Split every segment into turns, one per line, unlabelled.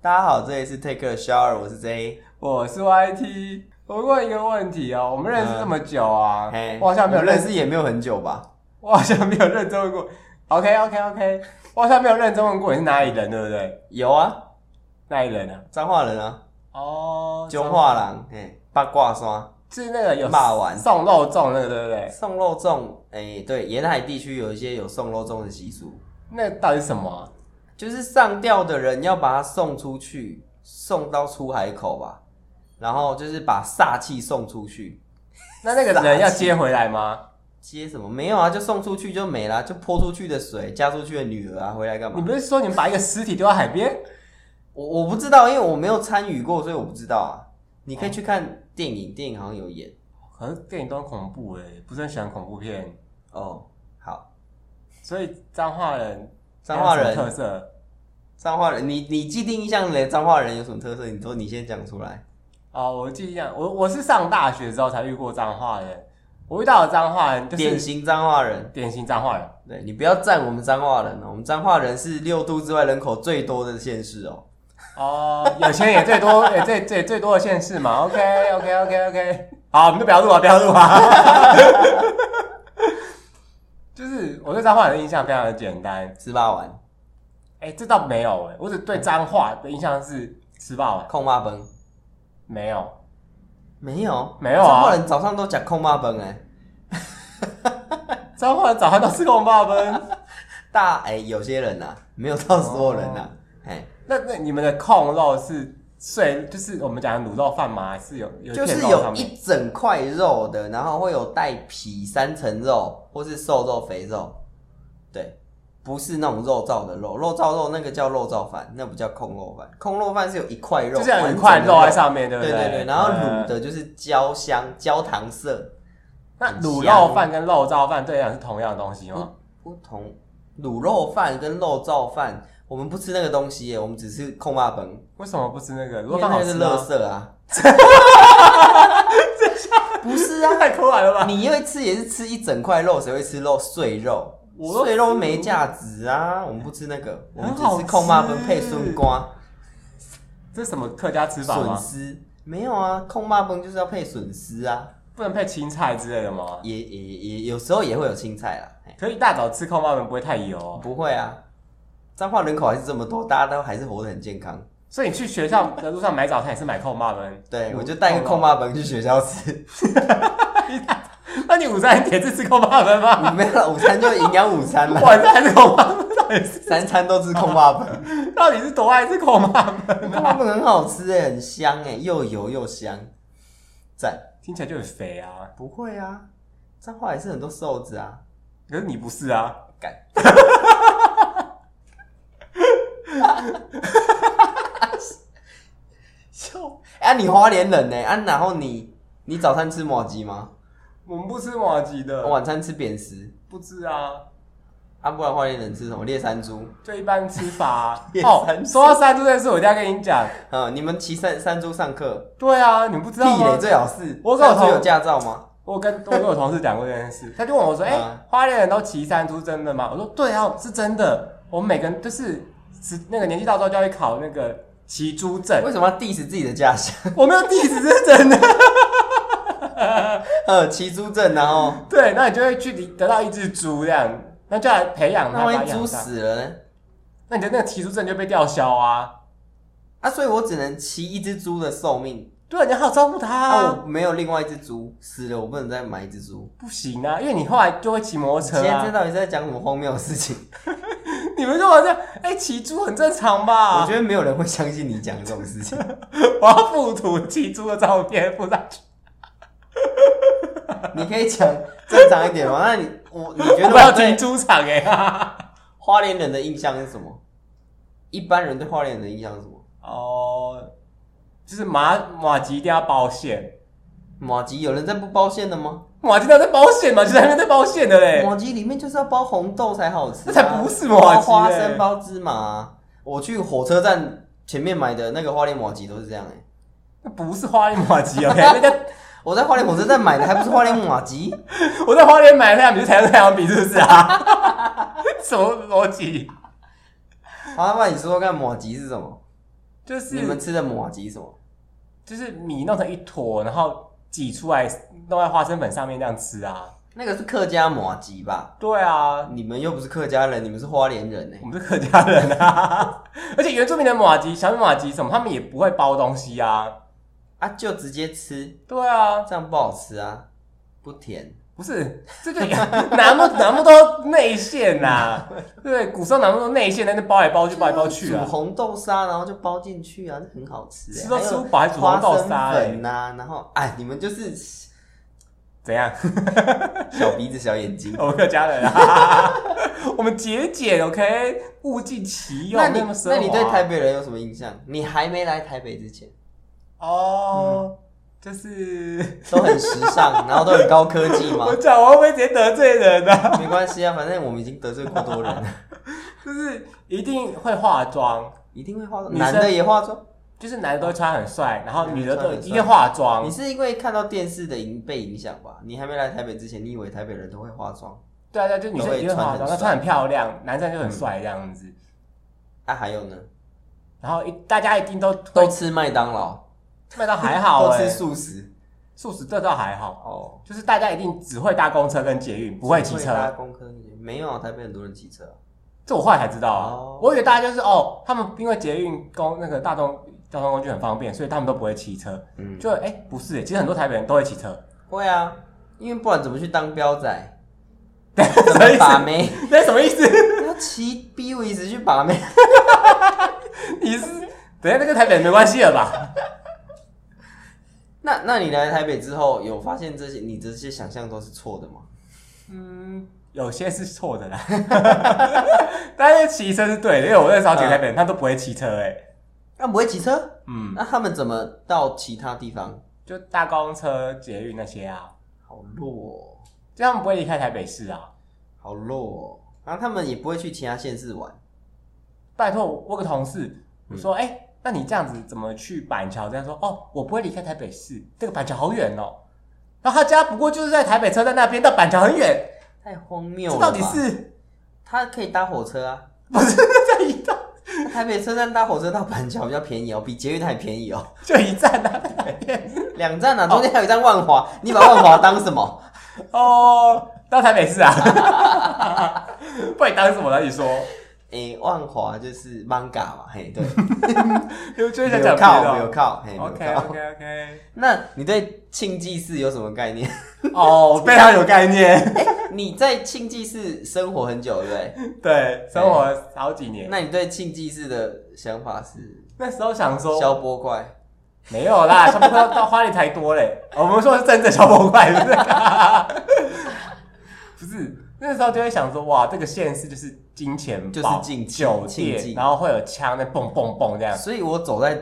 大家好，这里是 Take a Shower，我是 J。
我是 YT。我问一个问题哦，我们认识这么久啊，
嗯嘿，
我好像没有
我们
认
认
识，
识也没有很久吧？
我好像没有认真问过。OK OK OK，我好像没有认真问过你是哪里人，对不对？
有啊，
哪里人啊？
彰化人啊，
哦
中化人，嘿，八卦山，
是那个有
骂完
送肉粽那个，对不对？
送肉粽，哎，对，沿海地区有一些有送肉粽的习俗，
那到底是什么啊、
就是上吊的人要把它送出去，送到出海口吧，然后就是把煞气送出去。
那那个
傻
人要
气
接回来吗？
接什么？没有啊，就送出去就没啊啦，就泼出去的水，嫁出去的女儿啊，回来干
你
嘛？
不是说你们把一个尸体丢到海边？
我我不知道，因为我没有参与过，所以我不知道啊。你
哦
可以去看电影，电影好像有演
可是电影都很恐怖哎、不是很喜欢恐怖片，
哦。好，
所以彰化人
彰化
有什么
人，
特色
彰化人，你你既定印象里的彰化人有什么特色？你说你先讲出来。
哦，我记忆上我我是上大学之后才遇过彰化人，我遇到的彰化人就
典
是
型彰化人，
典型彰化人，
对你不要赞我们彰化人哦，我们彰化人是六都之外人口最多的县市哦。
哦，有钱也最多，也最最最多的县市嘛。OK OK OK OK，好， 我们就不要录啊，不要录啊。 就是我对彰化人的印象非常的简单，
吃霸丸、
哎、这倒没有哎、我只对彰化的印象是吃霸碗，
控骂崩，
没有。
没有
没有啊
彰化人早上都讲控骂崩哎，
彰化人早餐都吃空霸分，
大哎、有些人呐、没有到所有人呐、
哦
哎、
那那你们的控肉是碎，就是我们讲的卤肉饭吗？还是有有一
就
片
是
肉
有
上面？
一整块肉的，然后会有带皮三层肉或是瘦肉、肥肉，对，不是那种肉燥的肉，肉燥肉那个叫肉燥饭，那不叫控肉饭，控肉饭是有一块肉，
就是有一块肉在上面，对
完
不
整的肉，对对对，
对
然后卤
嗯
的就是焦香、焦糖色，
那卤肉饭跟肉燥饭对你来讲是同样的东西吗？
不同卤肉饭跟肉燥饭，我们不吃那个东西耶，我们只吃控霸本。
为什么不吃那个？卤
因
肉
为
饭
那
好
个
吃
是
吗
垃？圾 啊！ 不是啊，
太抠来 了吧？
你因为吃也是吃一整块肉，谁会吃肉碎肉？
我都
碎肉没价值啊，我们不吃那个，我们只
很好
吃
吃
控骂崩配笋瓜、
这是什么客家吃法
笋
吗？
丝。没有啊，控骂崩就是要配笋丝啊，
不能配青菜之类的吗？
也也也有时候也会有青菜啦，嘿
可以一大早吃空包粉不会太油哦、
不会啊。彰化人口还是这么多，大家都还是活得很健康。
所以你去学校的路上买早餐也是买空包粉。
对，我就带个控骂崩去学校吃。
那你午餐也是吃空包粉吗？
没有了，午餐就营养午餐 了，
晚餐吃空包粉到底是
三餐都吃空霸粉，
到底是多爱吃空包粉？
空霸粉很好吃哎、很香哎、又油又香，赞！
听起来就很肥啊，
不会啊，彰化也是很多瘦子啊，
可是你不是啊。
干，
笑，
哎、啊你花莲人呢、啊，然后你你早餐吃麻吉吗？
我们不吃麻吉的，
晚餐吃扁食，
不吃啊。
啊，不然花莲人吃什么？猎山猪，
就一般吃法、 啊
野。
哦
山，
说到山猪这件事，我一定要跟你讲。
嗯，你们骑山山猪上课，
对啊，你不知
地
道吗
雷？最好是，
我搞
山猪
头
有驾照吗？
我跟我跟我同事讲过这件事，他就问我说：“哎、
嗯
花莲人都骑山猪真的吗？”我说：“对啊，是真的。我们每个人就是十那个年纪到之后就要去考那个骑 猪证。
为什么要 diss 自己的家乡？
我没有地址是真的。
呃， 骑猪证，然后
对，那你就会去得得到一只猪这样，那就来培养它，
那
把
万
它
一
养
猪
大。
死了呢？
那你的那个骑猪证就被吊销啊。
啊，所以我只能骑一只猪的寿命，
对，你还要照顾它、
啊，
啊。
我没有另外一只猪死了，我不能再买一只猪。
不行啊，因为你后来就会骑摩托车
今天这
啊。
到底是在讲什么荒谬的事情？
你们干嘛这样？哎、骑猪很正常
我
吧
觉？得没有人会相信你讲这种事情。
我要附图骑猪的照片附上去。
你可以讲正常一点吗？那你我你觉
我
得
们要
我
骑
对
猪场哎、
花莲人的印象是什么？一般人对花莲人的印象是什么？
哦，就是马马吉一定要包馅，
马吉有人在不包馅的吗？
马吉哪在包馅嘛？就是还没在包馅的嘞。
马吉里面就是要包红豆才好吃、啊，
这才不是马吉
包花
欸
生、包芝麻啊、我去火车站前面买的那个花莲马吉都是这样哎、
那不是花莲马吉，OK？那家
我在花莲火车站买的还不是花莲马 吉？
我在花莲买的太阳饼，就台湾太阳饼是不是啊？ 什么逻辑？
好，那你说说看，马吉是什么？
就
你们
是
吃的马吉什么？
就是米弄成一坨，然后挤出来弄在花生粉上面这样吃啊。
那个是客家马吉吧？
对啊，
你们又不是客家人，你们是花莲人呢、欸
我们是客家人啊， 而且原住民的马吉、小米马吉什么，他们也不会包东西啊。
啊，就直接吃，
对啊，
这样不好吃啊，不甜。
不是这个 拿不拿不到内馅呐、对，古时候拿不到内馅，在那包来包去，包来包去啊
煮。红豆沙，然后就包进去啊，那很好吃、欸。
吃都吃不饱，还煮红豆沙、
花生粉
欸，
呐、然后哎，你们就是
怎样？ 。
小鼻子小眼睛
我们客家人啊， 我们节俭，OK，物尽其用。
那你
么奢华啊
那你对台北人有什么印象？你还没来台北之前，嗯
哦，就是
都很时尚， 然后都很高科技嘛
我。讲，我会不会直接得罪人呢、啊？
没关系啊，反正我们已经得罪过多人了，
就是一定会化妆，
一定会化妆。
女生
男的也化妆，
就是男的都穿很帅，然后女的
嗯
都
穿很帅
一定化妆
你。是因为看到电视的影被影响吧？你还没来台北之前，你以为台北人都会化妆？
对啊，对啊，就女生一定会化
都会穿很帅
妆，
嗯
她穿很漂亮，男生就很帅这样子。
啊，还有呢，
然后一大家一定都
都
都
吃麦当劳，
卖到还好
都
哎、
吃
欸，
素食
素食这倒还好，
哦。
就是大家一定只会搭公车跟捷运，不会骑车。
搭公车没有啊，台北很多人骑车啊、
这我后来才知道啊，
哦
我以为大家就是哦，他们因为捷运公那个大众交通工具很方便，所以他们都不会骑车。
嗯，
就哎、不是耶，其实很多台北人都会骑车，
会啊，因为不然怎么去当彪仔？
什
怎
么
么
意
把
思？
妹？
那什么意思？
要骑 B 位子去把妹？
你是等一下那跟台北人没关系了吧？
那那你来台北之后，有发现这些你这些想象都是错的吗？
嗯，有些是错的啦， 但是骑车是对的，因为我认识好几个台北人，他都不会骑车哎、
那、啊不会骑车，
嗯，
那他们怎么到其他地方？
就搭公车、捷运那些啊，
好弱、哦，
就他们不会离开台北市啊。
好弱、哦。然后他们也不会去其他县市玩，
拜托，我有个同事我说，哎、那你这样子怎么去板桥？这样说，哦，我不会离开台北市，这个板桥好远哦。然后他家不过就是在台北车站那边，到板桥很远，
太荒谬
这
了吧。
到底是
他可以搭火车啊？
不是 这一站
台北车站搭火车到板桥比较便宜哦，比捷运还便宜哦。
就一站啊？在哪边
两站啊，中间还有一站万华，你把万华当什么？
哦，到台北市啊？ 不然你当什么呢？你说，
诶、万华就是 manga 嘛，嘿， 对，
有就是想
有
讲
靠有
别的。哦
靠，嘿，有
OK
靠。
OK OK，
那你对庆记寺有什么概念？
哦，非常有概念，
你在庆记寺生活很久，对不对？
对，生活好几年。
那你对庆记寺的想法是
那时候想说，
消波怪？
没有啦，小波怪到花莲才多嘞。 我们说的是真正小波怪，不是？ 不是，那时候就会想说，哇，这个县市就是金钱
就是
豹
禁忌
酒
禁
店，
忌
然后会有枪在蹦蹦蹦这样。
所以我走在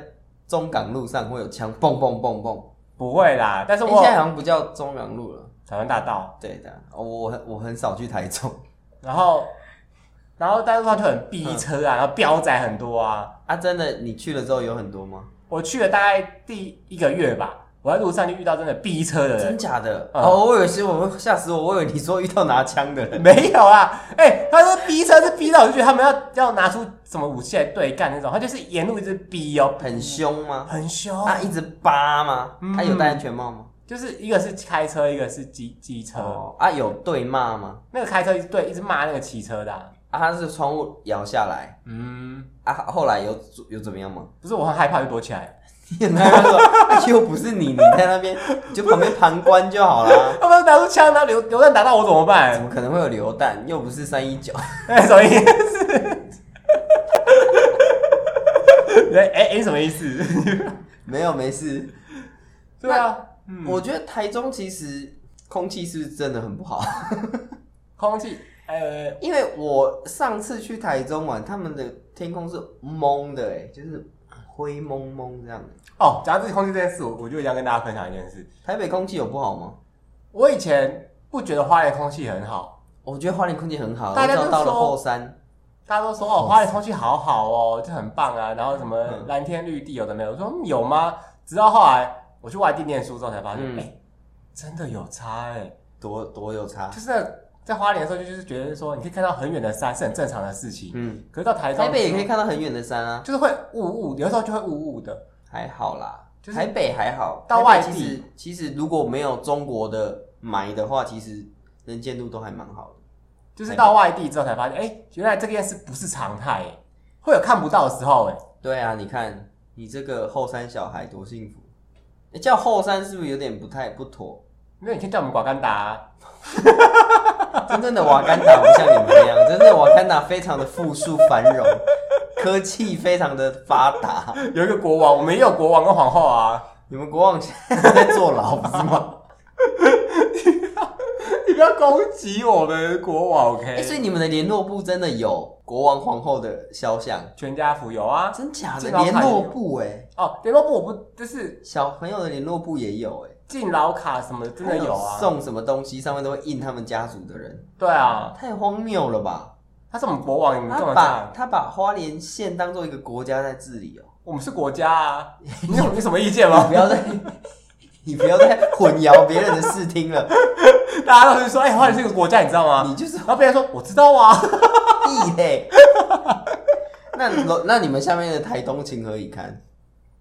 中港路上会有枪蹦蹦蹦蹦。
不会啦，但是
诶
我
哎现在好像不叫中港路了，
台湾大道，
对的。哦我很我很少去台中
然后然后但是它就很逼车
嗯
啊，然后标仔很多啊。
啊，真的，你去了之后有很多吗？
我去了大概第一个月吧，我在路上就遇到真的逼车的人
真，假的？
嗯
哦，我以为是我吓死我，我以为你说遇到拿枪的人。
没有啊，哎、他是逼车是逼到，我就觉得他们要要拿出什么武器来对干那种，他就是沿路一直逼哦，
很凶吗？
很凶，
他一直扒吗？
嗯
他有戴安全帽吗？
就是一个是开车，一个是机机车，
哦，啊，有对骂吗？
那个开车一直对一直骂那个骑车的啊、
啊，他是窗户摇下来，
嗯，
啊，后来有有怎么样吗？
不是我很害怕就躲起来，
你很害怕说，啊又不是你，你在那边你就旁边旁观就好啦。
他们拿出枪，然后流流弹打到我怎么
怎
办？
么可能会有流弹？又不是三一九，
哎、什么意思？ 哎哎、你什么意思？
没有没事。
对啊，
我觉得台中其实空气是不是真的很不好？
空气，呃，
因为我上次去台中玩，他们的天空是蒙的、欸，哎，就是灰蒙蒙这样的。
哦，讲到这个空气这件事，我我就想跟大家分享一件事。
台北空气有不好吗？
我以前不觉得花莲空气很好，
我觉得花莲空气很好，
大家
我
都
知道到了
说
后山，
大家都说哦，花莲空气好好哦，就很棒啊，然后什么
嗯
蓝天绿地有的没有，我说、嗯有吗？直到后来我去外地念书之后才发现，哎、
嗯
真的有差哎、
多多有差
就。是那在花莲的时候，就就是觉得说，你可以看到很远的山是很正常的事情。
嗯，
可是到台中，
台北也可以，看到很远的山啊，
就是会雾雾，有时候就会雾雾的。
还好啦，
就是
台北还好。台
到
北
外地
其实其实如果没有中国的霾的话，其实能见度都还蛮好的。
就是到外地之后才发现，哎、原来这件事不是常态、哎会有看不到的时候、哎，
对啊，你看你这个后山小孩多幸福，诶叫后山是不是有点不太不妥？
没有，你可以叫我们广甘达啊、
真正的瓦干达不像你们那样，真正的瓦干达非常的富庶繁荣，科技非常的发 达。
有一个国王，我们也有国王跟皇后啊。
你们国王现在在坐牢不是吗？
你不要攻击我们国王，OK？、
哎、所以你们的联络部真的有国王皇后的肖像？
全家福有啊。
真假的
敬老卡
联
也有
络部哎、
哦，联络部我不就是
小朋友的联络部也有哎、
敬老卡什么的，真的有啊。
送什么东西上面都会印他们家族的人，
对啊，
太荒谬了吧？
他是我们国王，你们
他
干嘛这
把
样？
他把花莲县当做一个国家在治理哦、
我们是国家啊，你有你什么意见吗
你不？要再 你不要再混淆别人的视听了，
大家都是说，哎、花莲是一个国家，你知道吗？
你就是
然后别人说，我知道啊。
屁嘞。那那你们下面的台东情何以堪？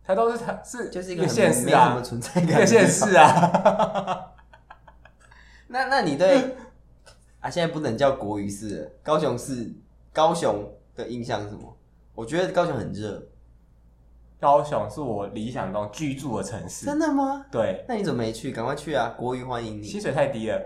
台东是台是
就是一个很
县
没什
市
么
啊，
存在感
一
的
个县
地方。
市啊。
那那你对啊，现在不能叫国语市了，高雄市高雄的印象是什么？我觉得高雄很热，
高雄是我理想中居住的城市，
真的吗？
对，
那你怎么没去？赶快去啊！国语欢迎你
薪水太低了，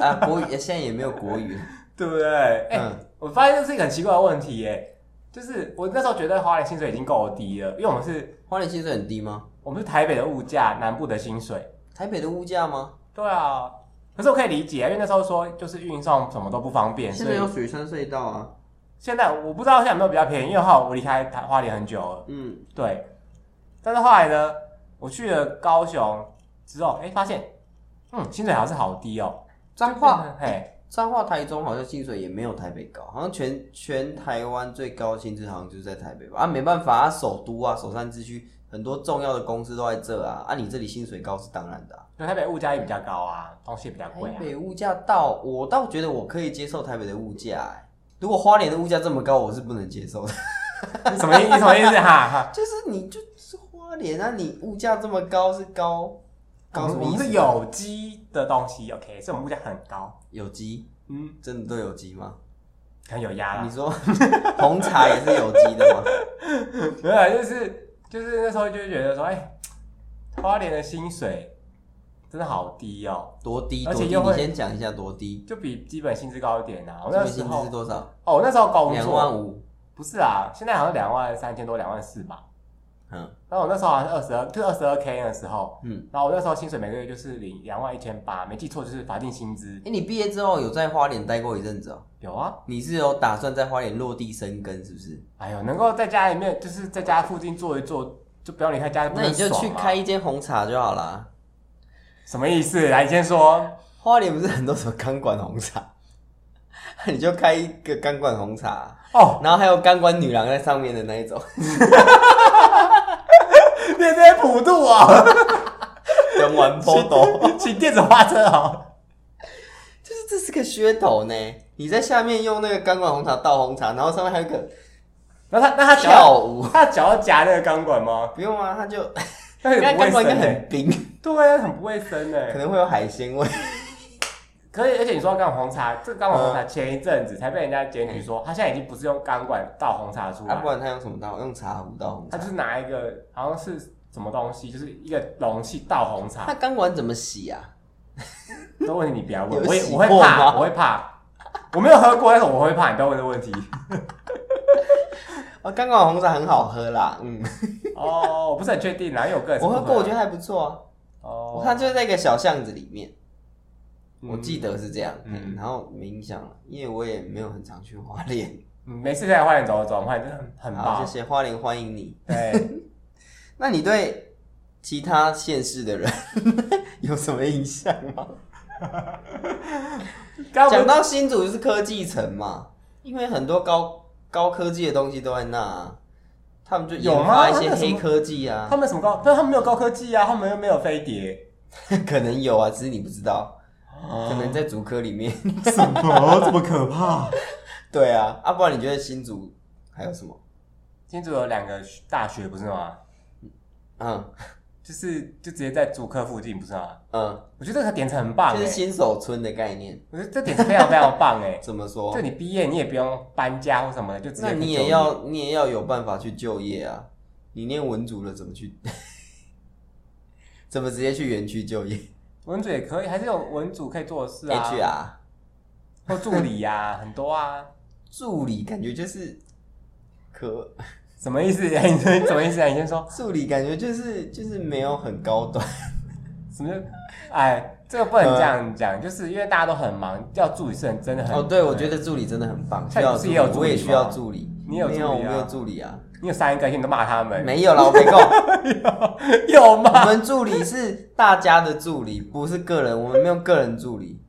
啊！国语现在也没有国 语了，
对不对？哎、
嗯，
我发现这是一个很奇怪的问题耶，就是我那时候觉得花莲薪水已经够低了，因为我们是
花莲薪水很低吗？
我们是台北的物价，南部的薪水。
台北的物价吗？
对啊，可是我可以理解啊，因为那时候说就是运送什么都不方便，
现
所
在
以
有雪山隧道啊，
现在我不知道现在有没有比较便宜，因为哈我离开台花莲很久了。
嗯，
对，但是后来呢，我去了高雄之后，哎、发现嗯薪水还是好低哦，
彰化
嘿，
彰化台中好像薪水也没有台北高，好像全全台湾最高薪资好像就是在台北吧？啊，没办法啊，首都啊，首善之区很多重要的公司都在这啊，啊，你这里薪水高是当然的、啊。
因为台北物价也比较高啊，东西也比较贵
台
啊。
北物价到，我倒觉得我可以接受台北的物价、欸，如果花莲的物价这么高，我是不能接受的。
什么意思？什么意思啊哈？哈
就是你就是花莲啊，你物价这么高是高高什
哦
么
我
意
们
思？
是有机的东西，OK，所以我们物价很高，
有机，
嗯，
真的都有机吗？啊
很有压
你
啦。
说 红茶也是有机的吗？
没有啦，啊就是就是那时候就会觉得说，哎、花莲的薪水真的好低哦、
多低？多
而
低？
且
你
又会
先讲一下多低。
就比基本薪资高一点啊。我
基
那
本
时
薪资
候
是多少？
哦，我那时候工
两
作
万五。
不是啊，现在好像两万三千多，两万四吧。
嗯
然后我那时候好像是二十二，就二十二 K 的时候，
嗯。
然后我那时候薪水每个月就是领两万一千八，没记错就是法定薪资
哎、。你毕业之后有在花莲待过一阵子哦？
有啊，
你是有打算在花莲落地生根是不是？
哎呦，能够在家里面就是在家附近坐一坐，就不要离开家，不
那啊
是
你就
很爽啊
去
吗
开一间红茶就好啦。
什么意思？来，你先说。
花莲不是很多什么钢管红茶， 你就开一个钢管红茶，
哦，
然后还有钢管女郎在上面的那一种。
你在普渡 啊、
跟玩波 斗，
哦，请电子花车哦。
就是这是个噱头呢。你在下面用那个钢管红茶倒红茶，然后上面还有一个
然后他，那他
跳
脚，
舞，
他脚要夹那个钢管吗？
不用啊，它 就
那
那
很不
钢
卫
管应
生
该
哎、
很冰，
对啊，很不卫生哎、
可能会有海鲜味。
可以，而且你说钢管红茶，这个钢管红
嗯
茶前一阵子才被人家检举说，他现在已经不是用钢管倒红茶出
啊，
来
不，然他用什么倒？用茶壶倒红
他
茶
就。是拿一个好像是什么东西，就是一个容器倒红茶
那。钢管怎么洗啊？
这问题你不要问，
有
我也
洗
我会
过吗
怕，我会怕。我没有喝过，但是我会怕。你不要问这个问题。
啊，钢管红茶很好喝啦，嗯，
哦，我不是很确定啦，因为我个人是
我
不
喝过，我觉
得
得还不错啊。
哦，
它就是在一个小巷子里面，
嗯
我记得是这样。嗯，
嗯
然后没印象了，因为我也没有很常去花莲。
嗯，没事在花莲走走，花莲真的很很
好，
棒
谢。谢花莲欢迎你。
对，
那你对其他县市的人 有什么印象吗？
刚
讲
刚不是
到新竹就是科技城嘛，因为很多高高科技的东西都在那、啊，他们就研
有吗
发一些
他们有什
黑
么
科技啊。
他们什么高？但他们没有高科技啊，他们又没有飞碟。
可能有啊，只是你不知道。可能在竹科里面。
什么这么可怕？
对啊，啊，不然你觉得新竹还有什么？
新竹有两个大学不是吗？
嗯
就是就直接在主科附近不是吗？
嗯，
我觉得这个点子很棒
就
哎、
是新手村的概念。
我觉得这点子非常非常 棒哎、
怎么说
就？你毕业你也不用搬家或什么的，就直接
那
可以
你
就
也
业
要你也要有办法去就业啊！你念文组了，怎么去？ 怎么直接去园区就业、
文组也可以，还是有文组可以做的事啊
h r
或助理呀、很多啊。
助理感觉就是可
什么意思？ 你说什么意思啊？你先说
助理感觉就是就是没有很高端，
什么就？哎，这个不
嗯
能这样讲，就是因为大家都很忙，要助理是很真的很。
哦，对，我觉得助理真的很棒，需
像
要
你自己也有
助理
助
我
理
也
吗
需要助理。
你有
没有？
助
我
理啊
没有助理啊，
你有三个，你都骂他们，
没有啦，我没空。
有
我
吗？
们助理是大家的助理，不是个人，我们没有个人助理，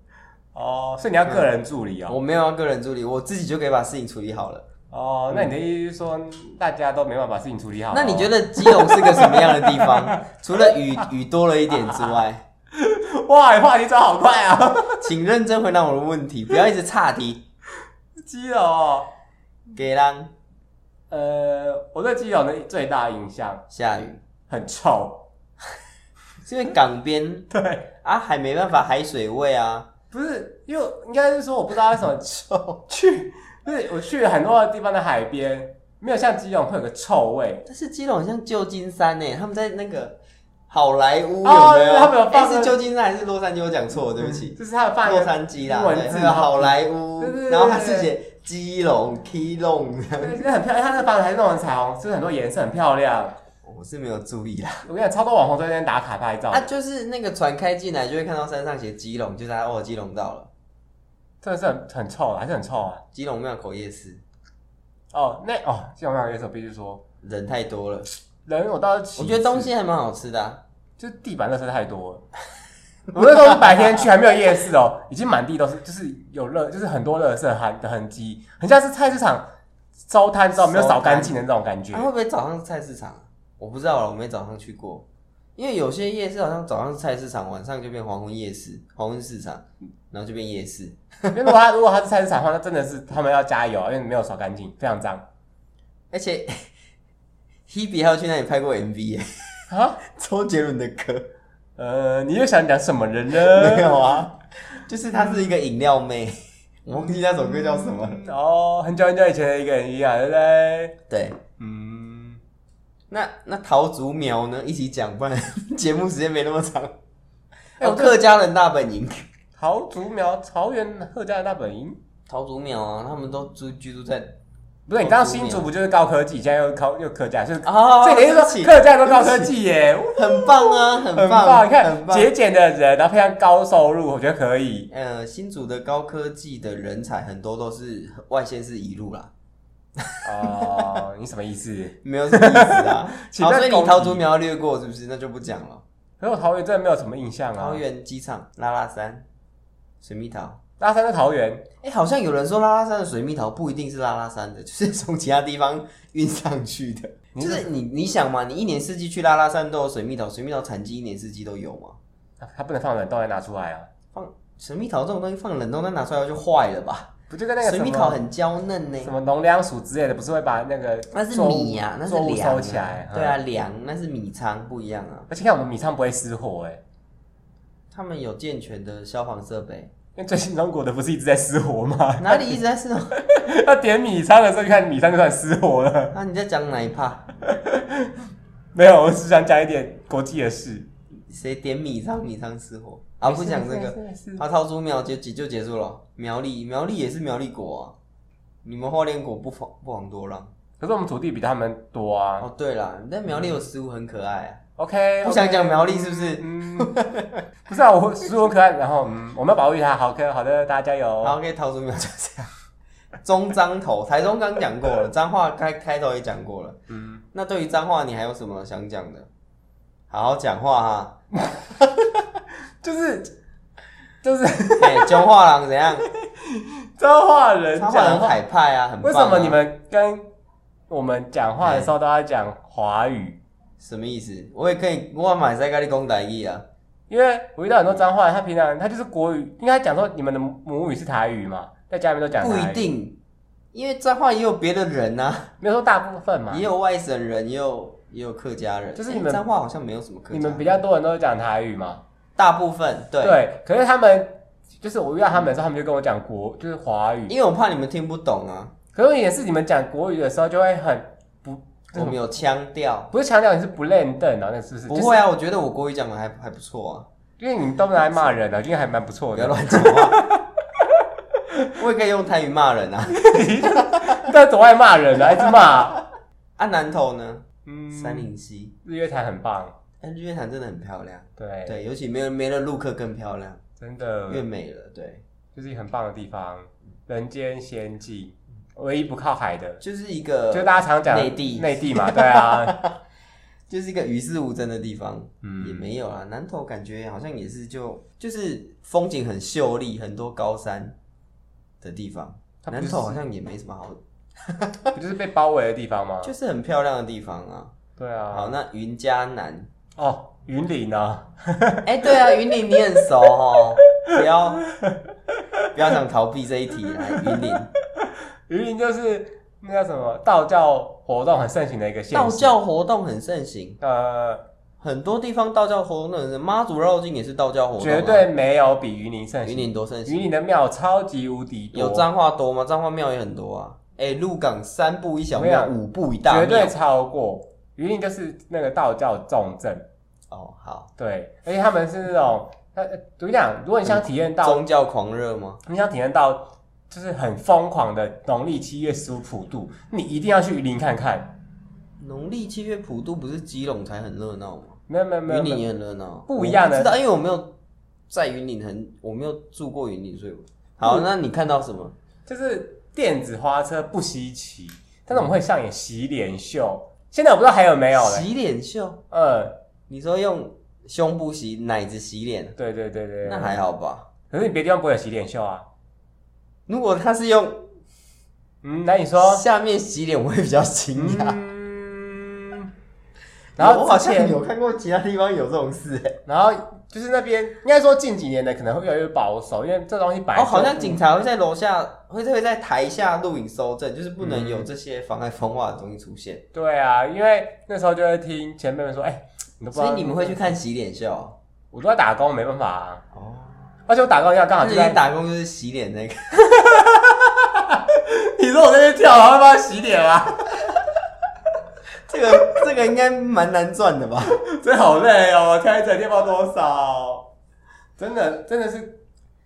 哦，所以你要个人助理哦。
我没有要个人助理，我自己就可以把事情处理好了。
哦，那你的意思是说大家都没办法把事情处理好哦？
那你觉得基隆是个什么样的地 方？除了雨雨多了一点之外，
哇，你话题转好快啊！
请认真回答我的问题，不要一直岔题。
基隆哦，
给浪
呃，我对基隆的最大印象
下雨，
很臭，
是因为港边
对，
啊还没办法海水味啊，
不是，因为应该是说我不知道为什么臭去， 就是我去很多地方的海边，没有像基隆会有个臭味。
但是基隆很像旧金山呢、他们在那个好莱坞有
哦
没有？
他们有放
诶
那
是
个
旧金山还是洛杉矶？我讲错，了，对不起。
就是他们放一
洛
个
杉矶啦，
英文
对
字
那个好莱坞
对对，对
然后它是写基隆 k i l o
对，真的哎很漂亮，它那房子还是那种彩虹，就是很多颜色，很漂亮。
我是没有注意啦。
我跟你讲，超多网红都在那边打卡拍照，
啊，就是那个船开进来就会看到山上写基隆，就是它哦，基隆到了，
真的是很很臭，还是很臭啊。
基隆庙口夜市
哦，那哦，基隆庙有一首必须说，
人太多了，
人我倒是其
我觉得东
次
西还蛮好吃的、啊。
就是地板垃圾 太多了。我那时候白天去还没有夜市哦，已经满地都是，就是有垃，就是很多垃圾痕的痕迹，很像是菜市场收摊之后没有扫干净的那种感 觉
啊，。会不会早上是菜市场？啊我不知道了，我没早上去过。因为有些夜市好像早上是菜市场，晚上就变黄昏夜市、黄昏市场，然后就变夜市。
因为如果他如果他是菜市场的话，那真的是他们要加油啊，因为没有扫干净，非常脏
而且 Hebe 还有去那里拍过 MV 耶、
啊。
周杰伦的歌。
呃，你又想讲什么人呢？
没有啊，就是她是一个饮料妹， 我忘记那首歌叫什么了。
嗯哦，很久很久以前的一个人一样，对不对？
对，
嗯，
那那桃竹苗呢？一起讲，不然 节目时间没那么长。
哎
哦，
我
客家人大本营，
桃竹苗桃园客家的大本营，
桃竹苗啊，他们都住居住在
不是你刚刚新竹不就是高科技，现在又高又客家，就是
啊，
哦这个
对不
就是
起
说客家都高科技耶，
很棒啊，很棒，
很棒！你
很
看
棒。
节俭的人，然后配上高收入，我觉得可以。
呃，新竹的高科技的人才很多都是外县市一路啦，
哦，你什么意思？
没有什么意思 啊。
请
好，
再
所以
攻
你
击
桃竹苗略过是不是？那就不讲了。
可是我桃园真的没有什么印象啊
桃。园机场拉拉山，水蜜桃。
拉山在桃园，
哎、好像有人说拉拉山的水蜜桃不一定是拉拉山的， 就是从其他地方运上去的。
你
就是你你想嘛，你一年四季去拉拉山都有水蜜桃，水蜜桃产季一年四季都有嘛。
它啊它不能放冷冻再拿出来啊，
放水蜜桃这种东西放冷冻再拿出来就坏了吧？
不就跟那个
水
什
蜜桃
么
很娇嫩呢、
什么农粮署之类的，不是会把那个
那是
作物
米呀、那是
作物
粮、啊。
收起来？
对啊，
嗯，
粮那是米仓不一样啊。
而且看我们米仓不会失火哎，
他们有健全的消防设备，
因为最近中国的不是一直在失火吗？
哪里一直在是？
要点米仓的时候，就看米仓就算失火了。
啊，你在讲哪一趴？
没有，我只想讲一点国际的事。
谁点米仓？米仓失火啊！不讲这个。
没事，没事没事
他掏出苗就结就结束了。苗栗，苗栗也是苗栗国啊。你们花莲国不遑不遑多让。
可是我们土地比他们多啊。
哦，对啦，但苗栗有食物很可爱啊。
OK，
不想讲苗栗是不是？
嗯，不是啊，我食物很可爱，然后嗯，我们要保护它。好，OK，好的，大家加油。
然后可以掏出苗就这样。中彰头，台中刚讲过了，彰化开开头也讲过了。
嗯，
那对于彰化，你还有什么想讲的？好好讲话哈。
就是就是
哎，中化郎怎样？
彰化人
彰化
讲
人
话，
海派啊，很棒、
为
啊。
什么你们跟我们讲话的时候都要讲华语？
什么意思？我也可以，我也买在跟你讲台语啊。
因为我遇到很多脏话，他平常他就是国语，应该讲说你们的母语是台语嘛，在家里面都讲
不
台
一
语，
定，因为彰化也有别的人啊呐、
没有说大部分嘛
也，有外省人，也有也有客家人。
就是
哎
你们
彰化好像没有什么客家
你
人，
们比较多人都是讲台语嘛，
大部分对，
对，可是他们就是我遇到他们的时候，他们就跟我讲国就是华语，
因为我怕你们听不懂啊，
可是也是你们讲国语的时候就会很不，这
我
种
们有腔调。
不是强调你是不认凳啊，那是不是？
不会啊，我觉得我国语讲的还还不错啊，
就是，因为你都不来骂人了、啊，因为还蛮不错
不要
的。
乱讲话。 我也可以用台语骂人啊。
但总爱骂人啊，一直骂。
啊，南投呢？
嗯，
三零七，
日月潭很棒，
哎，日月潭真的很漂亮，
对，
对，尤其没有没了陆客更漂亮，
真
越
的
美了，对。
就是一个很棒的地方，人间仙境，唯一不靠海的，
就是一个
就是大家常讲的
嗯呃内地
内地嘛，对 啊，
就是一个与世无争的地方，
嗯
也没有啦。南投感觉好像也是就就是风景很秀丽，很多高山的地方。
它不
南
是
投好像也没什么好，
不就是被包围的地方吗？
就是很漂亮的地方啊。
对啊
好，，那云嘉南，
哦，云林呢？
哎、对啊，云林你很熟哦，不要不要想逃避这一题，来云林
云林就是那叫什么道教活动很盛行的一个县
道
市，
教活动很盛行，
呃，
很多地方道教活动的人，妈祖绕境也是道教活动、啊，
绝对没有比云林盛
云
行。
林多盛行
云。林的庙超级无敌多，
有彰化多吗？彰化庙也很多啊。哎、鹿港三步一小
我
庙，
跟
五步一大
绝对
庙。
超过云林就是那个道教重镇，
哦，好。
对，而且他们是那种，呃，呃怎么讲？如果你想体验到，
宗教狂热吗？
你想体验到就是很疯狂的农历七月十五普渡，你一定要去云林看看。
农历七月普渡不是基隆才很热闹吗？
没有没有没
云
有没
林
有，
也很热闹，
不一样的
我知道，因为我没有在云林很，我没有住过云林，所以我好。
嗯
那你看到什么？
就是电子花车不稀奇，但是我们会上演洗脸秀。现在我不知道还有没有了。
嗯洗脸秀？
嗯，
你说用胸部洗，奶子洗脸，
对对对对，
那还好吧？
可是你别的地方不会有洗脸秀啊。
如果他是用
嗯，那你说，
下面洗脸，我会比较惊讶。
嗯，然后
啊我好
之
像
前
有看过其他地方有这种事、哎
然后就是那边应该说近几年的可能会越来越保守，因为这东西摆
哦，好像警察会在楼下，会会在台下录影搜证，就是不能有
嗯
这些妨碍风化的东西出现。
对啊，因为那时候就会听前辈们说，哎、你都不知
所
道，
以你们会去，看洗脸秀哦？
我都在打工，没办法、啊，
哦，
而且我打工要刚好
那
就
你
在，
打工啊就是洗脸 那个，
你说我在那边跳，然后帮他洗脸啊，
这个这个应该蛮难赚的 吧？
真好累哦，跳一整天报多少，真的真的是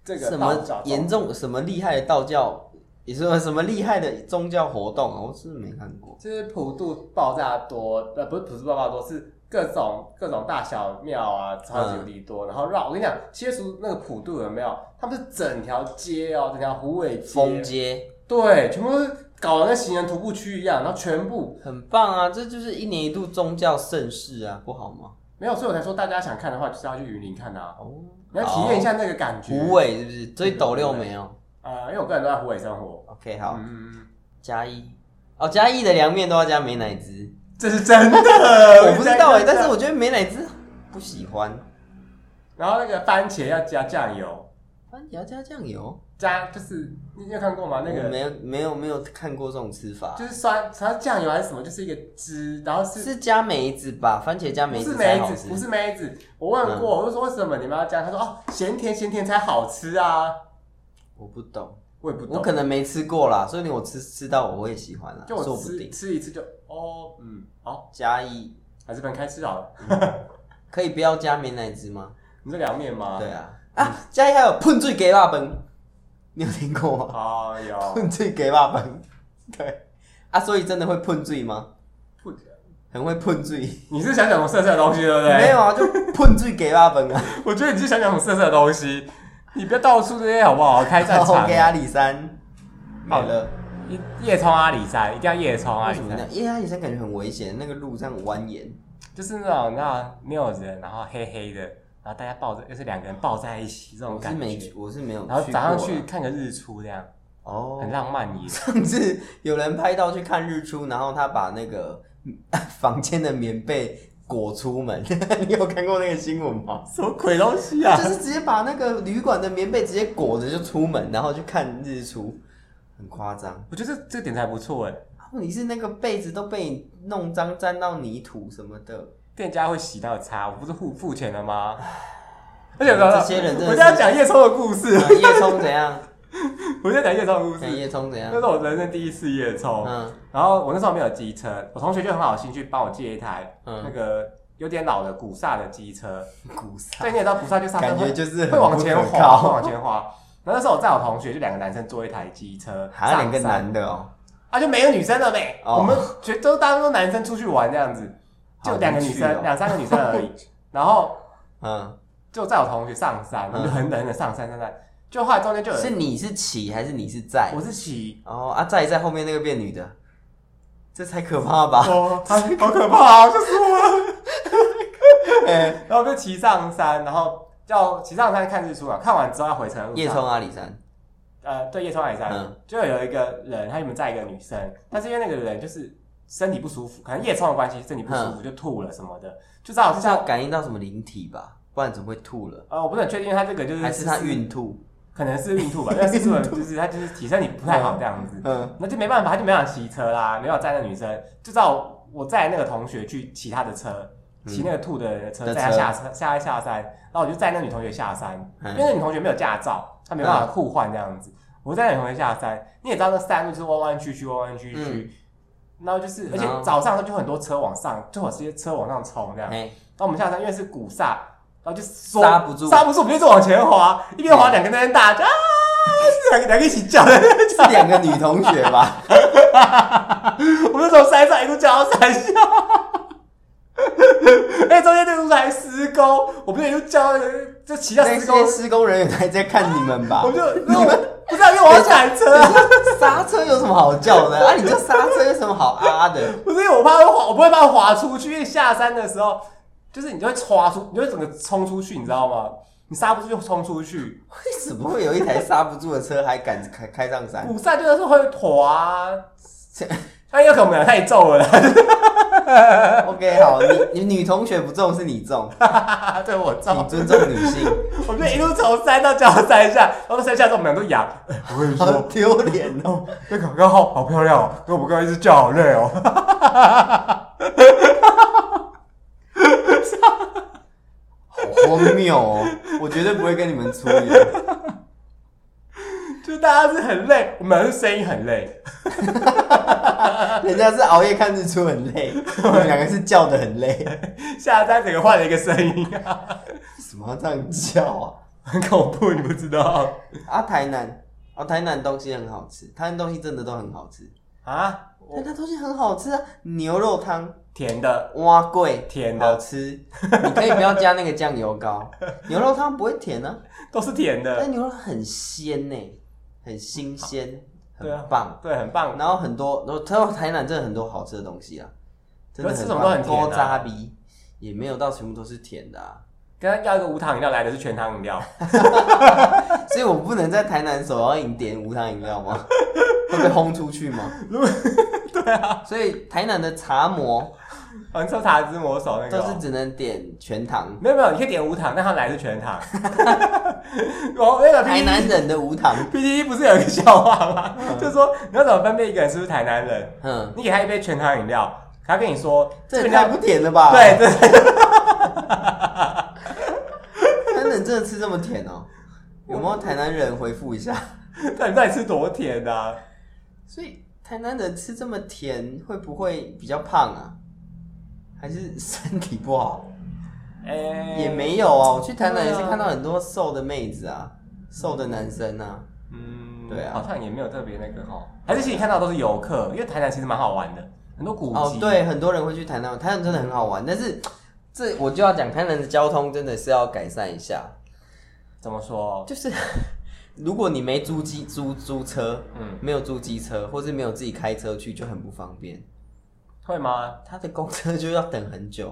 这个
什
道教
么严重什么厉害的道教，也是什么厉害的宗教活动啊？我是没看过。
就是普渡爆炸多，呃，不是普渡爆炸多，是各种各种大小庙啊，超级无敌多。
嗯
然后绕，我跟你讲，切除那个普渡有没有？他们是整条街哦，整条虎尾
风
街，
街
对，全部都是搞得跟行人徒步区一样，然后全部
很棒啊，这就是一年一度宗教盛事啊，不好吗？
没有，所以我才说大家想看的话，就是要去云林看啊，
哦，
你要体验一下那个感觉。
虎，尾是不是？所以斗六没有。
呃，因为我个人都在虎尾生活，
OK，好。
嗯，
加一哦，加一的凉面都要加美乃滋，
这是真的，
我不知道哎、
我在看
但是我觉得美乃滋不喜欢。
然后那个番茄要加酱油，
番茄要加酱油，
加就是你你有看过吗？那个
我没有没有没有看过这种吃法，
就是酸，它酱油还是什么，就是一个汁，然后是
是加梅子吧？番茄加
不
梅
是
子
梅
才好
子？
吃。嗯
不是梅子，我问过，我就说为什么你们要加？他说哦，咸甜咸甜才好吃啊，
我不懂，
我也不懂，
我可能没吃过啦，所以我吃吃到我会喜欢啦，
就
说
我
不
吃
定。
吃一次就哦，嗯，好，
加一
还是分开吃好了。
可以不要加美乃滋吗？
你这凉面吗？
对，啊，啊，加一还有喷醉给辣崩，你有听过吗？
哎呦，
喷醉给辣崩， 对啊，所以真的会喷醉吗？
不
很会喷醉。
你是想讲什么色色的东西，对不对？
没有，啊，就喷醉给拉本啊，
我觉得你是想讲什么色色的东西，你不要到处这些好不好？开
然
战
后
场
给，阿里山没了。
一夜冲阿里山，一定要夜冲啊阿
为
里
什么
山
呢？，因为阿里山感觉很危险，那个路这样蜿蜒，
就是那种那种没有人，然后黑黑的，然后大家抱着，又是两个人抱在一起这种
我是
感
没
觉
去，。我是没有去
然后
过
早
啦
上去看个日出，这样
哦
很。浪漫耶。
上 次有人拍到去看日出，然后他把那个房间的棉被裹出门， 你有看过那个新闻吗？
什么鬼东西 啊？
就是直接把那个旅馆的棉被直接裹着就出门，然后去看日出，很夸张。啊
我觉得这这个点子还不错哎，
问题是那个被子都被你弄脏，沾到泥土什么 的。
店家会洗到擦，我不是付付钱了吗？而且
哎这些人真的是
我就要讲叶冲的故事，
啊、叶冲怎样？
我就要讲叶冲的故
看
事。
叶冲怎
那
样
是？我人生第一次叶冲，
嗯
然后我那时候没有机车，我同学就很好心去帮我借一台那
嗯，
个有点老的古刹的机车。
古刹
对，你也知道古刹就上面
感觉
会
就是很
会往前
不可
滑，会
靠，
往前滑。然后那时候我载我同学，就两个男生坐一台机车，
还有两个
上山
男的哦，
啊，就没有女生了呗。
哦
我们觉都当做男生出去玩这样子，
好
就两个女
无趣
生，
哦
两、三个女 生而已。然后
嗯，
就载我同学上山，我们就很冷的上山上山，就后来中间就有
是
人，
你是骑还是你是在
我？是骑，
哦啊，在在后面那个变女的，这才可怕吧？
哦，他好可怕、啊，就是我。然后就骑上山，然后要骑上山看日出啊，看完之后要回程的路上
叶冲啊阿里山，
呃，对，叶冲海山、
嗯
就有一个人，他原本载一个女生，但是因为那个人就是身体不舒服，可能叶冲的关系，身体不舒服就吐了什么的，就正好
这
是
嗯是
像
要感应到什么灵体吧？不然怎么会吐了？
呃，我不是很确定他这个就是
还是他
是
孕吐？
可能是孕吐吧，但是可能就是他就是体身体不太好这样子，
嗯，
那就没办法，他就没想骑车啦，没有载那女生，就照我载那个同学去骑他的车，骑那个吐的人的车
嗯的
载他
车
下车，下下山，然后我就载那女同学下山，
嗯
因为那女同学没有驾照，她没办法互换这样子，我载那女同学下山，你也知道那山路就是弯弯曲曲，弯弯曲曲。然后就是，而且
嗯然后
早上就很多车往上，就有这些车往上冲这样。
哎，
然后我们下山，因为是鼓刹，然后就说
刹不住嗯
刹不住，我们就一直往前滑，一边滑两个在那边大叫，啊，两个两个一起叫的，
是两个女同学 吧？
我们就从山上一路叫到山下。 哎、中间那路上还施工，我们就一路叫到那个，就骑到
那
施工
些，施工人员还在看你们吧
我？就因为我不知道，因为我要赶车啊，
刹车有什么好叫的？啊，你这刹车有什么好啊的？
不是因为我怕会滑，我不会怕滑出去。因为下山的时候，就是你就会刷出，你就会整个冲出去，你知道吗？你刹不住就冲出去，
为什么会有一台刹不住的车还敢开开上山？
古赛就是会滑、啊。那有可能我们俩太皱了啦，
OK，好，你你女同学不中是你中，
对我皱
你。尊重女性，
我们就一路从山到脚山下，然后到山下之后我们俩都痒。 我跟你
好，丢脸哦！
那个刚好好漂亮哦，跟我们刚刚一直叫好累哦。
好荒谬哦！我绝对不会跟你们出游。
就大家是很累，我们俩是声音很累，
人家是熬夜看日出很累，我们两个是叫的很累。
下山整个换了一个声音 啊，
什么要这样叫啊？
很恐怖，你不知道
啊，台南哦，台南东西很好吃，台南东西真的都很好吃，
啊？
台南东西很好吃啊！牛肉汤、
甜的，
蛙桂
甜
好
的，
吃，你可以不要加那个酱油膏，牛肉汤不会甜啊，
都是甜的，
但牛肉汤很鲜呢、很新鲜，很
对啊
棒。
对，很棒。
然后很多，然后台湾台南真的很多好吃的东西啊，真的
可是
很
吃什么都
棒。
很甜啊
锅渣鼻也没有到全部都是甜的啊，
跟他要一个无糖饮料，来的是全糖饮料，
所以我不能在台南首要饮点无糖饮料吗？ 会被轰出去吗？对啊，所以台南的茶魔
好哦像抽茶之魔手那个
都是
哦。
只能点全糖，
没有没有，你可以点无糖，但他来的是全糖。 我那个 PPT
台南人的无糖，
PPT E 不是有一个笑话吗？就说你要怎么分辨一个人是不是台南人？
嗯，
你给他一杯全糖饮料，他跟你说
这也
个
太不甜了吧？，
对对，
台南人真的吃这么甜哦、有没有台南人回复一下？
到底到底吃多甜啊？
所以台南人吃这么甜，会不会比较胖啊？还是身体不好？
哎、
也，没有啊，我去台南也是
对啊
看到很多瘦的妹子啊，瘦的男生啊。
嗯，
对啊
好像也没有特别那个哈。还是其实你看到都是游客，因为台南其实蛮好玩的，很多古迹。
哦，对，很多人会去台南，台南真的很好玩，但是这我就要讲台南的交通真的是要改善一下，
怎么说？
就是 如果你没租机租租车，
嗯，
没有租机车，或是没有自己开车去，就很不方便。
会吗？
他的公车就要等很久，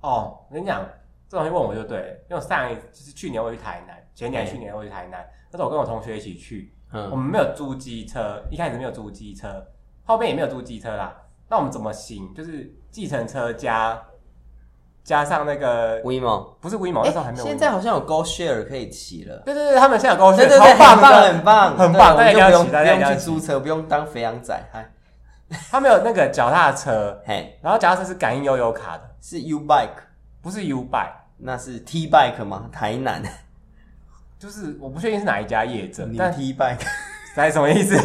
哦，我跟你讲，这东西问我就对了，因为我上一就是去年我去台南，前年去年我去台南，那时候我跟我同学一起去，我
嗯，
们没有租机车，一开始没有租机车，后面也没有租机车啦。那我们怎么行？就是计程车加加上那个
WeMo，
不是 WeMo，那时候还没有 WeMo。
哎现在好像有 Go Share 可以骑了。
对对对，他们现在有高
对
血，
对
超
对，
棒
很棒
的，
很棒，
很
对
棒，
我
大家
们
一
就不
定要
用
骑，大
不
家一定
用
要
去
骑。
租车，不用当肥羊仔，嗨，
他们有那个脚踏车，
嘿，
然后脚踏车是感应悠悠卡的，
是 U Bike，
不是 U Bike，
那是 T Bike 吗？台南，
就是我不确定是哪一家业者，
你
但
T Bike，
是什么意思？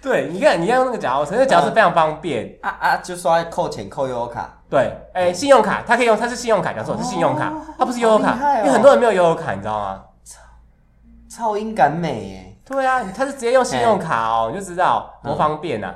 对，你看，你要用那个脚踏车，那脚踏车非常方便。
啊啊，就刷扣钱扣悠游卡，
对，哎，信用卡，它可以用，它是信用卡，讲错，是信用卡
哦，
它不是悠游
好
卡
厉害哦，
因为很多人没有悠游卡，你知道吗？
超音感美耶，
对啊，它是直接用信用卡哦，你就知道多
嗯
方便啊。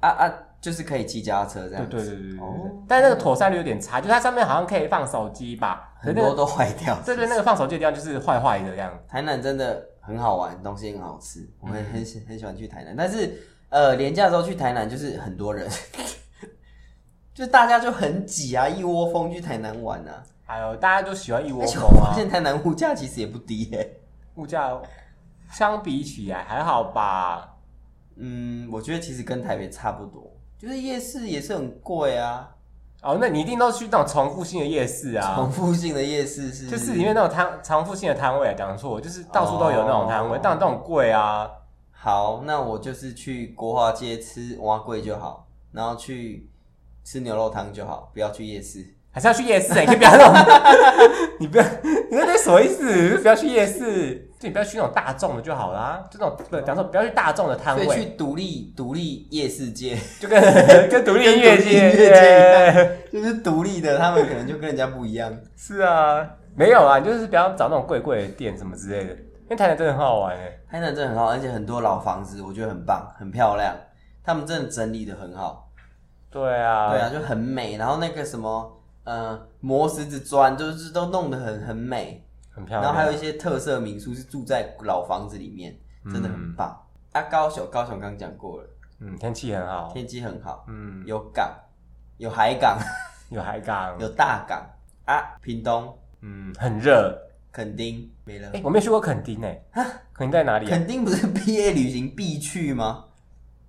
啊啊，就是可以骑脚踏车这
对
样，
对对对对对
嗯哦。
但那个妥善率有点差，就是它上面好像可以放手机吧，可
很
是那
多
个
都坏掉，
对对，那个放手机的地方就是坏坏的这样。
台南真的很好玩，东西很好吃，
嗯
我很很喜很喜欢去台南。但是呃，廉价的时候去台南就是很多人， 就大家就很挤啊，一窝蜂去台南玩啊。
哎呦，大家就喜欢一窝
而且
蜂
我发
啊，
现台南物价其实也不低耶、
物价相比起来还好吧？
嗯，我觉得其实跟台北差不多，就是夜市也是很贵啊，
哦，那你一定都去那种重复性的夜市啊
重，复性的夜市是
就是里面那种摊重复性的摊位，啊讲错，就是到处都有那种摊位
哦，
但那种贵啊。
好，那我就是去国华街吃蛙贵就好，然后去吃牛肉汤就好，不要去夜市。
还是要去夜市、欸，你可以不要那种， 你不要，你那那什么意思？不要去夜市，就你不要去那种大众的就好啦，就那种不，讲说不要去大众的摊
所以
位，
去独立独立夜市 街。
就跟跟独立音乐
跟独立音
界
乐就是独立的，他们可能就跟人家不一样。
是啊，没有啊，你就是不要找那种贵贵的店什么之类的，因为台南真的很好玩哎、
台南真的很好，而且很多老房子，我觉得很棒，很漂亮。他们真的整理的很好，
对啊，
对啊，就很美。然后那个什么，呃，磨石子砖，就是都弄得很很美。
很漂
然
亮。
后还有一些特色民宿是住在老房子里面，真的很棒。啊，高雄，高雄刚讲过了，
嗯，天气很好，
天气很好，
嗯，
有港，有海港，
有海港，
有大港啊，屏东、
嗯，很热。
垦丁没了
哎、。我没有去过垦丁哎、垦丁在哪里、啊？
垦丁不是毕业旅行必去吗？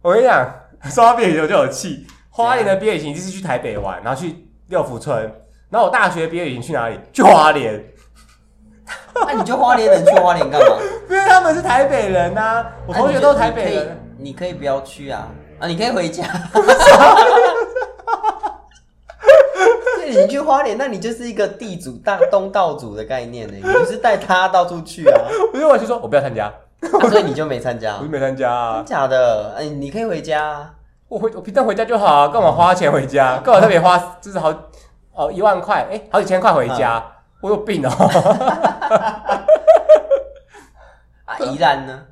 我跟你讲， 说到毕业旅行就有
啊
气。花莲的毕业旅行就是去台北玩，然后去六福村，然后我大学毕业旅行去哪里？去花莲，
那、你就花莲人去花莲干 嘛？
因为他们是台北人呐、啊，我同学都是台北人。
啊你可以你可以不要去啊啊！你可以回家。对，你去花莲， 那你就是一个地主大东道主的概念欸呢，你就是带他到处去 啊，
我就我就说，我不要参加，
啊所以你就没参加
我就，没参加、啊
真。假的？哎、你可以回家啊。
我回我平常回家就好、啊，干嘛花钱回家？干嘛特别花就是好哦一万块，哎、好几千块回家，我有病哦、
啊，宜兰呢？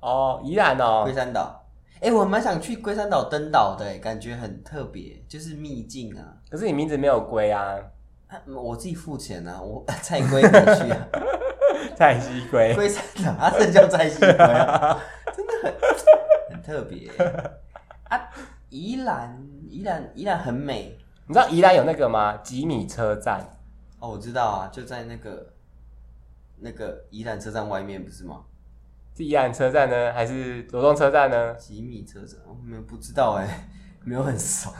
哦，宜兰哦
龟，山岛。哎、我蛮想去龟山岛登岛的，欸感觉很特别，就是秘境啊。
可是你名字没有龟啊，
啊我自己付钱啊，我菜龟你去 啊。
蔡西龟。
龟山岛，它这叫在西龟啊，真的很很特别啊！宜兰，宜兰，宜兰很美
你知道宜兰有那个吗？吉米车站，
哦，我知道啊，就在那个那个宜兰车站外面，不是吗？
是宜兰车站呢，还是罗东车站呢？
吉米车站，我们不知道哎、没有很熟。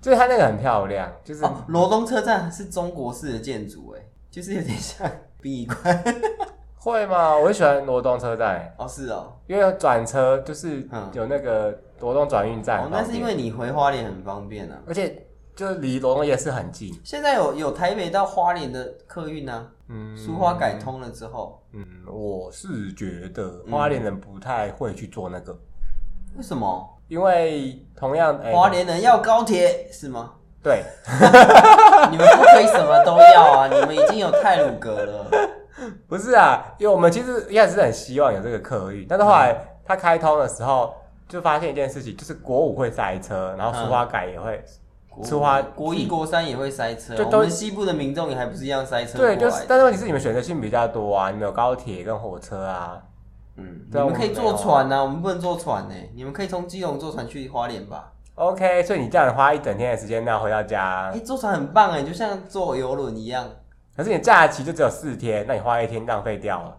就是它那个很漂亮，就是、
哦，罗东车站是中国式的建筑哎、就是有点像 殡仪馆
会吗？我很喜欢罗东车站，
哦，是哦，
因为转车就是
嗯
有那个罗东转运站
哦
很，哎方便，
那是因为你回花莲很方便啊。
而且就离罗东夜市很近，
现在有有台北到花莲的客运啊，
嗯，
苏花改通了之后，
嗯，我是觉得
嗯
花莲人不太会去做那个，
为什么？
因为同样，哎
花莲人要高铁是 吗？
对，
你们不可以什么都要啊！你们已经有泰鲁格了，
不是啊，因为我们其实一开始是很希望有这个客运，但是后
嗯
来它开通的时候，就发现一件事情，就是国五会塞车，然后苏花改也会，
嗯
苏花
国一国三也会塞车，
就
我
都
们西部的民众也还不是一样塞车过来
对，
的
就是，但是问题是你们选择性比较多啊，你们有高铁跟火车啊，
嗯，你
对啊
们可以坐船啊，我们不能坐船呢、你们可以从基隆坐船去花莲吧？
OK，所以你这样花一整天的时间，那回到家
哎、，坐船很棒哎、就像坐游轮一样。
可是你假期就只有四天，那你花一天浪费 掉了，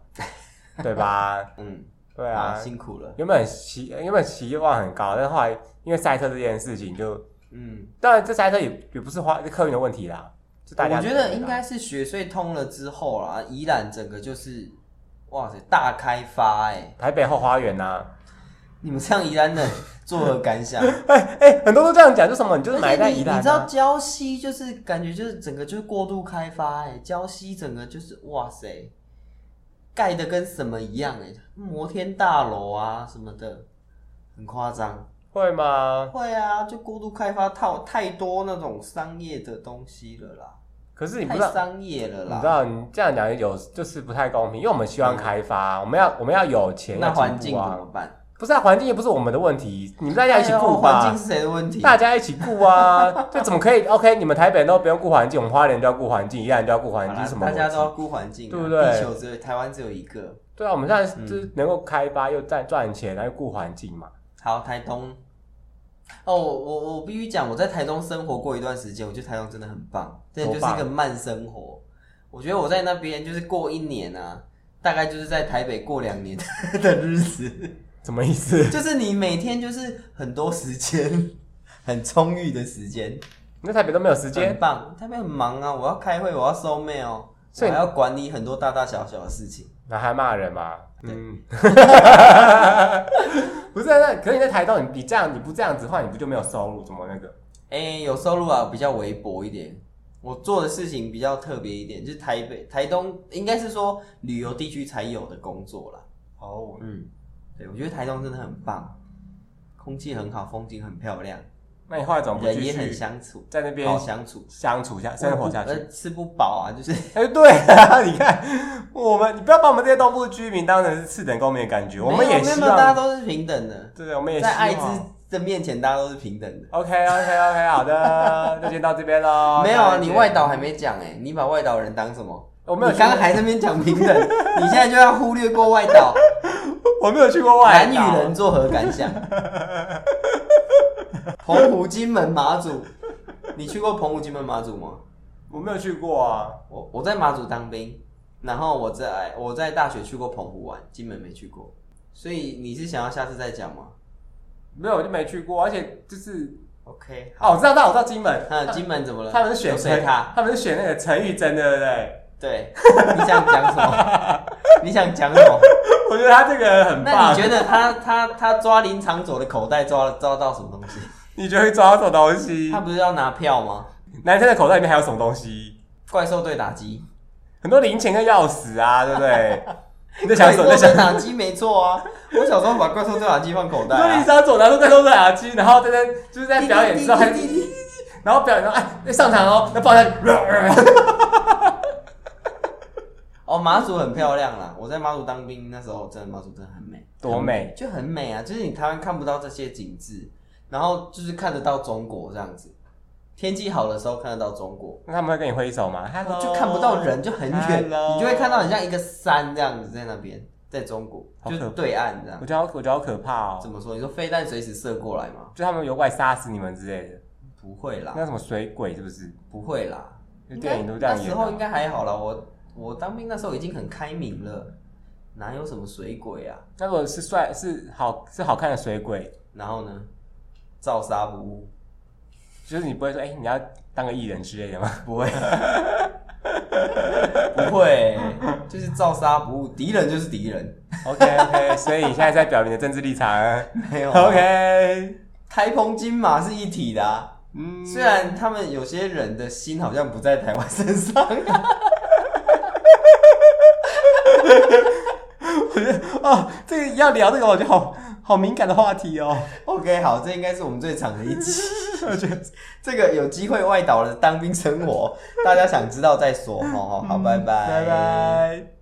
对吧？
嗯，
对啊，
辛苦了。
原本期原本期望很高，但后来因为赛车这件事情就
嗯，
当然，这塞车也也不是花客运的问题啦，就大家
我觉得应该是雪隧通了之后啦，宜兰整个就是哇塞大开发哎、
台北后花园呐、啊
你们这样宜兰人作何感想？
哎、哎、很多都这样讲， 就什么你就是买
而且
在
你
宜
你
兰、
知道
啊，
礁溪就是感觉就是整个就是过度开发哎、礁溪整个就是哇塞，盖的跟什么一样哎、摩天大楼啊什么的，很夸张。
会吗？
会啊，就过度开发套太多那种商业的东西了啦，
可是你不
太
知道，
商业了
你知
啦。
道你这样讲有就是不太公平，因为我们希望开发，我们要我们要有钱，
嗯那
要
环
进
境
步
怎
啊，
么办？
不是啊，环境也不是我们的问题，你们大家一起顾吧。
哎环境是谁的问题？
大家一起顾啊， 这怎么可以？OK，你们台北人都不用顾环境，我们花莲就要顾环境，宜兰就要顾环
好啦
境，是什么
大
逻辑？
家都要顾环境啊，
对不对
地球只有台湾只有一个。
对啊，我们现在
嗯
就是能够开发又赚赚钱，然后又顾环境嘛。
好，台东。哦，我我我必须讲，我在台东生活过一段时间，我觉得台东真的很棒，真的就是一
多
个慢生活。我觉得我在那边就是过一年啊，大概就是在台北过两年 的日子，
什么意思？
就是你每天就是很多时间，很充裕的时间，
你在台北都没有时
很
间，
棒。台北很忙啊，我要开会，我要收 mail，我
所以
还要管理很多大大小小的事情。
然后还骂人嘛？嗯， 不是啊，那可是你在台东，你你这样你不这样子的话，你不就没有收入？怎么那个？
哎、有收入啊，比较微薄一点。我做的事情比较特别一点，就是台北、台东，应该是说旅游地区才有的工作啦。
哦，
嗯，对，我觉得台东真的很棒，空气很好，风景很漂亮，
那你后来怎么不
人
继
也很哦
续
相处，
在那边
好相处，
相处下生活下去？
呃吃不饱啊，就是
哎，对啊， 你看我们，你不要把我们这些东部居民当成是次等公民的感觉，我们
没有
也
没有
希
没有大家
望，
都是平等的，
对，我们也希
在
望
爱之的面前，大家都是平等的。
OK OK OK，好的， 就先到这边喽。
没有啊，
再见
你外岛还没讲哎、你把外岛人当什么？
我没有
你
去
刚刚还在那边讲平等，你现在就要忽略过外岛。
我没有去过外
男
岛
女人作何感 想？澎湖、金门、马祖，你去过澎湖、金门、马祖吗？
我没有去过啊。
我我在马祖当兵，然后我在我在大学去过澎湖玩，金门没去过。所以你是想要下次再讲吗
没有，我就没去过，而且就是
？OK，
哦，我知道，知道，我知道金门，
那金门怎么了？
他们是选
有水塔，，
他们是选那个陈玉珍，对不对？
对，你想讲什么？ 你想讲什么？
我觉得他这个很
那
棒
你。觉得他他他抓林长佐的口袋抓抓到什么东西？
你觉得会抓到什么东西
他？不是要拿票吗？
男生的口袋里面还有什么东西？
怪兽对打击。
很多零钱跟钥匙啊，对 不对？你在想什么？你
怪兽
在想
对打机没错啊，我小时候把怪兽对打机放口袋、
说你
啊。
想走，然后在都在打机，然后在在就是在表演之后，还
滴滴滴滴滴
然后表演说哎上场哦，那放在。
哦，马祖很漂亮啦，我在马祖当兵那时候，真的马祖真的很美，
多美
就很美啊！就是你台湾看不到这些景致，然后就是看得到中国这样子。天气好的时候看得到中国，
那他们会跟你挥手吗？Hello，
就看不到人，就很远，
Hello
你就会看到很像一个山这样子在那边，在中国
好
就
可
是对岸这样
我。觉得好，我觉得好可怕
怎
哦！
么说？你说飞弹随时射过来吗？
就他们有怪杀死你们之类的，
不会啦，
那什么水鬼是不是？
不会啦，
就
应
电
该
影都这样
那
演
时
啊、
候应该还好啦，我我当兵那时候已经很开明了，哪有什么水鬼啊？
那如果是帅是好是好看的水鬼，
然后呢，照杀不误，
就是你不会说哎、你要当个艺人之类的吗？
不会，不会，就是照杀不误，敌人就是敌人，
OK OK，所以你现在在表明你的政治立场。
没有啊
OK，
台澎金马是一体的、啊。
嗯，
虽然他们有些人的心好像不在台湾身上，啊
哦，这个要聊这个，我觉得好好敏感的话题哦。
OK，好，这应该是我们最长的一 集。我觉得这个有机会外岛的当兵生活，大家想知道再说，好好好，拜拜，
拜拜。